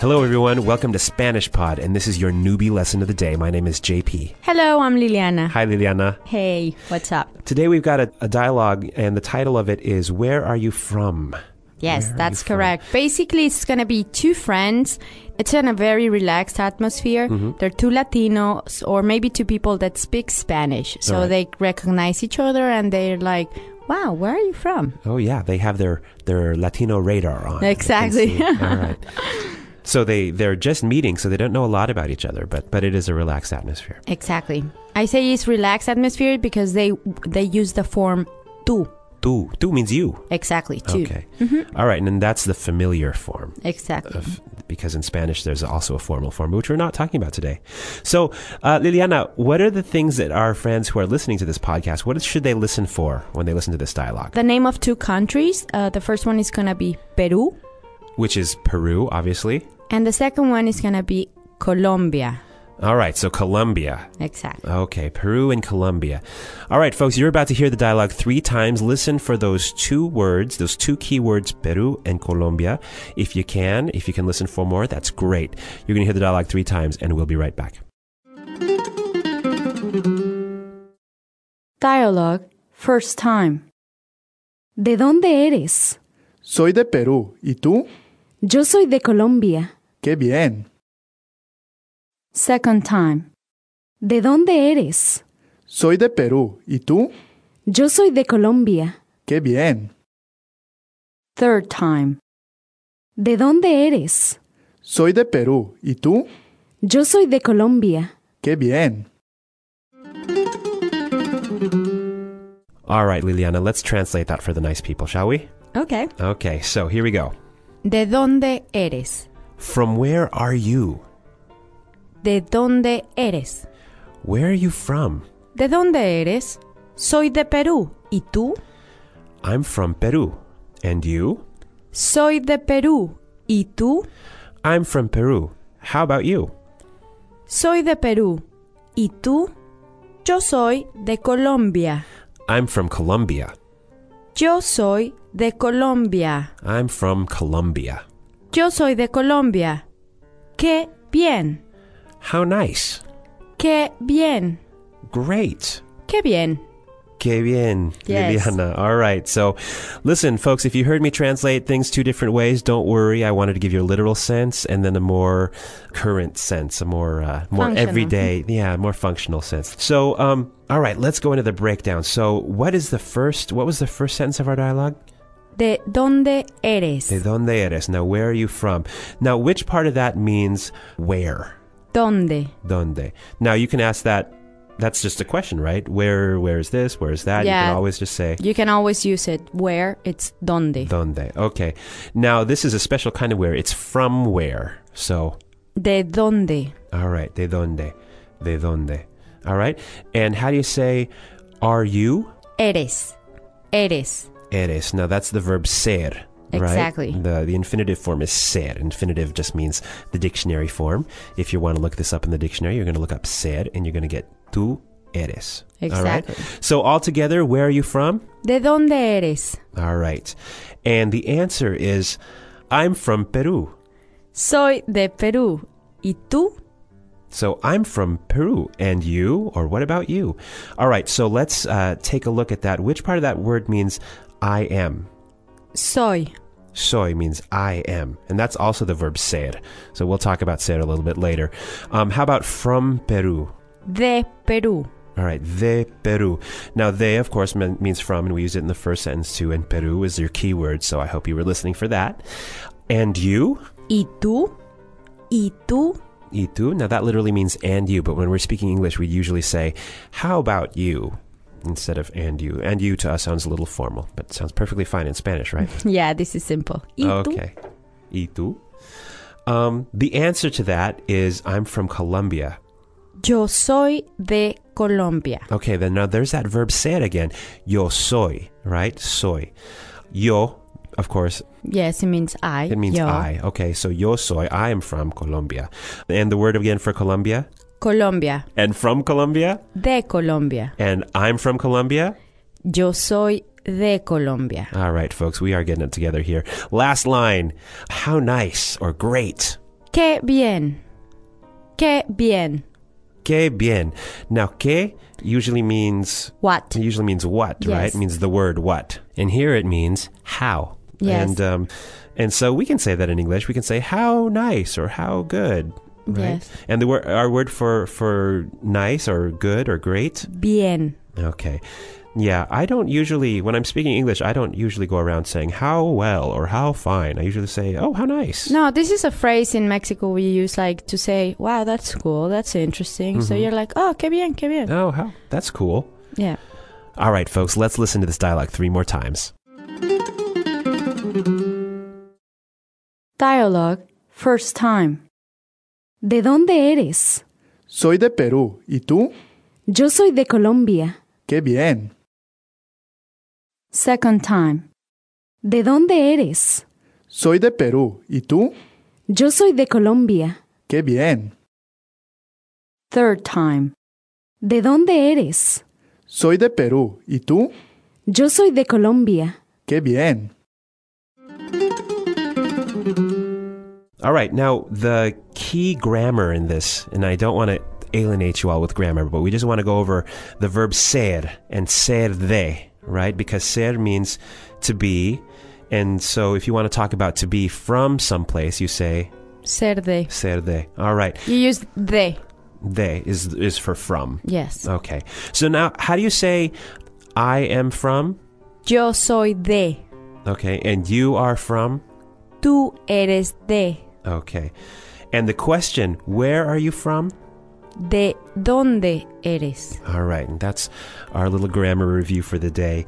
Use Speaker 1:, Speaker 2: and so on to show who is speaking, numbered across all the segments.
Speaker 1: Hello, everyone. Welcome to Spanish Pod, and this is your newbie lesson of the day. My name is JP.
Speaker 2: Hello, I'm Liliana.
Speaker 1: Hi, Liliana.
Speaker 2: Hey, what's up?
Speaker 1: Today we've got a, a dialogue, and the title of it is Where Are You From?
Speaker 2: Yes,
Speaker 1: Where are
Speaker 2: that's
Speaker 1: you from?
Speaker 2: correct. Basically, it's going to be two friends. It's in a very relaxed atmosphere.
Speaker 1: Mm-hmm.
Speaker 2: They're two Latinos or maybe two people that speak Spanish. So
Speaker 1: Alright.
Speaker 2: they recognize each other and they're like, wow, where are you from?
Speaker 1: Oh, yeah, they have their, their Latino radar on. They can
Speaker 2: Exactly.
Speaker 1: see. All right. So they, they're just meeting, so they don't know a lot about each other, but, but it is a relaxed atmosphere.
Speaker 2: Exactly. I say it's relaxed atmosphere because they they use the form tú.
Speaker 1: Tu. Tu means you.
Speaker 2: Exactly, tú.
Speaker 1: Okay. All right, and then that's the familiar form.
Speaker 2: Exactly.
Speaker 1: of- because in Spanish there's also a formal form, which we're not talking about today. So, uh, Liliana, what are the things that our friends who are listening to this podcast, what should they listen for when they listen to this dialogue?
Speaker 2: The name of two countries. Uh, the first one is going to be Peru
Speaker 1: Which is Peru, obviously.
Speaker 2: and the second one is going to be Colombia.
Speaker 1: All right, so Colombia.
Speaker 2: Exactly.
Speaker 1: Okay, Peru and Colombia. All right, folks, you're about to hear the dialogue three times. Listen for those two words, those two key words, Peru and Colombia. If you can, if you can listen for more, that's great. You're going to hear the dialogue three times, and we'll be right back.
Speaker 3: Dialogue, first time. ¿De dónde eres?
Speaker 4: Soy de Perú. ¿Y tú?
Speaker 3: Yo soy de Colombia.
Speaker 4: ¡Qué bien!
Speaker 3: Second time. ¿De dónde eres?
Speaker 4: Soy de Perú. ¿Y tú?
Speaker 3: Yo soy de Colombia.
Speaker 4: ¡Qué bien!
Speaker 3: Third time. ¿De dónde eres?
Speaker 4: Soy de Perú. ¿Y tú?
Speaker 3: Yo soy de Colombia.
Speaker 4: ¡Qué bien!
Speaker 1: All right, Liliana, let's translate that for the nice people, shall we?
Speaker 2: Okay.
Speaker 1: Okay, so here we go.
Speaker 2: ¿De dónde eres?
Speaker 1: From where are you?
Speaker 2: ¿De dónde eres?
Speaker 1: Where are you from?
Speaker 2: ¿De dónde eres? Soy de Perú. ¿Y tú?
Speaker 1: I'm from Peru. And you?
Speaker 2: Soy de Perú. ¿Y tú?
Speaker 1: I'm from Peru. How about you?
Speaker 2: Soy de Perú. ¿Y tú? Yo soy de Colombia.
Speaker 1: I'm from Colombia.
Speaker 2: Yo soy de Colombia.
Speaker 1: I'm from Colombia.
Speaker 2: Yo soy de Colombia. Qué bien.
Speaker 1: How nice.
Speaker 2: Qué bien.
Speaker 1: Great.
Speaker 2: Qué bien.
Speaker 1: Que bien,
Speaker 2: Yes.
Speaker 1: Liliana. All right. So, listen, folks, if you heard me translate things two different ways, don't worry. I wanted to give you a literal sense and then a more current sense, a more uh, more
Speaker 2: Functional.
Speaker 1: everyday, yeah, more functional sense. So, um, all right, let's go into the breakdown. So, what is the first? What was the first sentence of our dialogue?
Speaker 2: ¿De dónde eres?
Speaker 1: De donde eres? Now, where are you from? Now, which part of that means where?
Speaker 2: ¿Dónde?
Speaker 1: donde. Now you can ask that. That's just a question, right? Where, where is this? Where is that? You
Speaker 2: Yeah.
Speaker 1: can always just say
Speaker 2: You can always use it where. It's dónde.
Speaker 1: donde. Okay. Now this is a special kind of where. It's from where. So
Speaker 2: ¿De dónde?
Speaker 1: all right, de donde, de donde. All right. And how do you say are you?
Speaker 2: Eres. Eres.
Speaker 1: Eres. Now that's the verb ser. Right?
Speaker 2: Exactly.
Speaker 1: The the infinitive form is ser. Infinitive just means the dictionary form. If you want to look this up in the dictionary, you're going to look up ser, and you're going to get tu eres. All right.
Speaker 2: Exactly.
Speaker 1: So altogether, where are you from?
Speaker 2: ¿De dónde eres?
Speaker 1: All right. And the answer is I'm from Peru.
Speaker 2: Soy de Perú. ¿Y tú?
Speaker 1: So I'm from Peru. And you? Or what about you? All right. So let's uh, take a look at that. Which part of that word means I am?
Speaker 2: Soy.
Speaker 1: Soy means I am. And that's also the verb ser. So we'll talk about ser a little bit later. Um, how about from Peru?
Speaker 2: De Perú.
Speaker 1: All right, de Peru. Now, they, of course, mean- means from, and we used it in the first sentence too, and Peru is your keyword, so I hope you were listening for that. And you?
Speaker 2: ¿Y tú? ¿Y tú?
Speaker 1: Y tú? Now, that literally means and you, but when we're speaking English, we usually say, how about you? Instead of and you. And you to us sounds a little formal, but sounds perfectly fine in Spanish, right?
Speaker 2: Yeah, this is simple. ¿Y tú?
Speaker 1: okay. Y tú? Um, the answer to that is I'm from Colombia.
Speaker 2: Yo soy de Colombia.
Speaker 1: Okay, then now there's that verb said again. Yo soy, right? Soy. Yo, of course,
Speaker 2: Yes, it means I.
Speaker 1: it means
Speaker 2: yo.
Speaker 1: I. Okay, so yo soy, I am from Colombia. And the word again for Colombia?
Speaker 2: Colombia.
Speaker 1: And from Colombia?
Speaker 2: De Colombia.
Speaker 1: And I'm from Colombia?
Speaker 2: Yo soy de Colombia.
Speaker 1: All right, folks, we are getting it together here. Last line. How nice or great.
Speaker 2: Qué bien. Qué bien.
Speaker 1: Que bien. Now, que usually means
Speaker 2: What?
Speaker 1: It usually means what,
Speaker 2: Yes.
Speaker 1: right? It means the word what. And here it means how.
Speaker 2: Yes.
Speaker 1: And um, and so we can say that in English. We can say how nice or how good, right?
Speaker 2: Yes.
Speaker 1: And the word our word for for nice or good or great.
Speaker 2: Bien.
Speaker 1: Okay. Yeah, I don't usually when I'm speaking English, I don't usually go around saying how well or how fine. I usually say, "Oh, how nice."
Speaker 2: No, this is a phrase in Mexico we use like to say, wow, that's cool, that's interesting. So you're like, oh, qué bien, qué bien.
Speaker 1: Oh, how. That's cool.
Speaker 2: Yeah.
Speaker 1: All right, folks, let's listen to this dialogue 3 more times.
Speaker 3: Dialogue. First time. ¿De dónde eres?
Speaker 4: Soy de Perú. ¿Y tú?
Speaker 3: Yo soy de Colombia.
Speaker 4: ¡Qué bien!
Speaker 3: Second time. ¿De dónde eres?
Speaker 4: Soy de Perú. ¿Y tú?
Speaker 3: Yo soy de Colombia.
Speaker 4: ¡Qué bien!
Speaker 3: Third time. ¿De dónde eres?
Speaker 4: Soy de Perú. ¿Y tú?
Speaker 3: Yo soy de Colombia.
Speaker 4: ¡Qué bien!
Speaker 1: All right, now the key grammar in this, and I don't want to alienate you all with grammar, but we just want to go over the verb ser and ser de, right? Because ser means to be, and so if you want to talk about to be from someplace, you say
Speaker 2: Ser de.
Speaker 1: ser de. All right,
Speaker 2: You use de.
Speaker 1: de is is for from.
Speaker 2: Yes.
Speaker 1: Okay, so now how do you say I am from?
Speaker 2: Yo soy de.
Speaker 1: Okay, and you are from.
Speaker 2: Tú eres de.
Speaker 1: Okay, and the question, where are you from?
Speaker 2: ¿De dónde eres?
Speaker 1: All right, and that's our little grammar review for the day.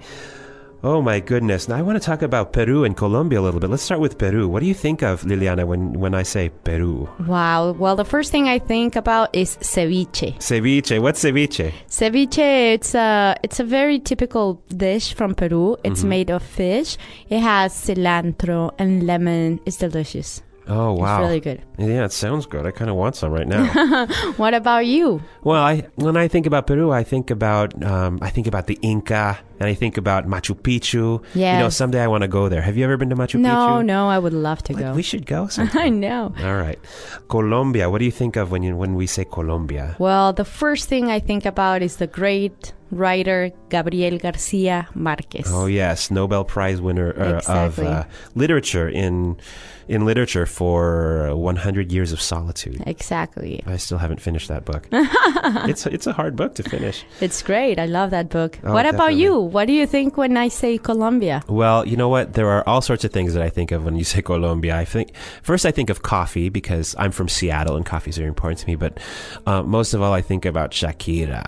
Speaker 1: Oh my goodness. Now I want to talk about Peru and Colombia a little bit. Let's start with Peru. What do you think of, Liliana, when, when I say Peru?
Speaker 2: Wow. Well, the first thing I think about is ceviche.
Speaker 1: Ceviche. What's ceviche?
Speaker 2: Ceviche, it's a it's a very typical dish from Peru. It's made of fish. It has cilantro and lemon. It's delicious.
Speaker 1: Oh, wow.
Speaker 2: It's really good.
Speaker 1: Yeah, it sounds good. I kind of want some right now.
Speaker 2: What about you?
Speaker 1: well, I, when I think about Peru, I think about um, I think about the Inca and I think about Machu Picchu. You know,
Speaker 2: Yes.
Speaker 1: someday I want to go there. Have you ever been to Machu
Speaker 2: No,
Speaker 1: Picchu?
Speaker 2: no, I would love to
Speaker 1: Like,
Speaker 2: go.
Speaker 1: we should go
Speaker 2: I
Speaker 1: sometime.
Speaker 2: know.
Speaker 1: All right. Colombia. What do you think of when you, when we say Colombia?
Speaker 2: Well, the first thing I think about is the great writer Gabriel Garcia Marquez.
Speaker 1: Oh yes, Nobel Prize winner er,
Speaker 2: Exactly.
Speaker 1: of uh, literature in in literature for 100 Years of Solitude.
Speaker 2: Exactly.
Speaker 1: I still haven't finished that book. it's it's a hard book to finish.
Speaker 2: It's great. I love that book.
Speaker 1: Oh,
Speaker 2: what about
Speaker 1: definitely.
Speaker 2: you? What do you think when I say Colombia?
Speaker 1: Well, you know what? There are all sorts of things that I think of when you say Colombia. I think first I think of coffee because I'm from Seattle and coffee is very important to me. But uh, most of all, I think about Shakira.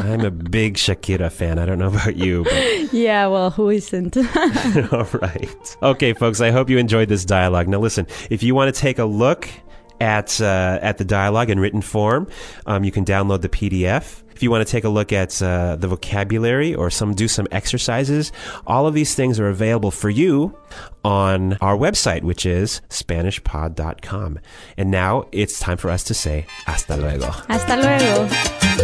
Speaker 1: I'm a big Shakira fan. I don't know about you, but
Speaker 2: Yeah, well, who isn't?
Speaker 1: All right. Okay, folks, I hope you enjoyed this dialogue. Now, listen, if you want to take a look at, uh, at the dialogue in written form, um, you can download the PDF. If you want to take a look at uh, the vocabulary or some do some exercises, all of these things are available for you on our website, which is SpanishPod.com. And now it's time for us to say hasta luego.
Speaker 2: Hasta luego.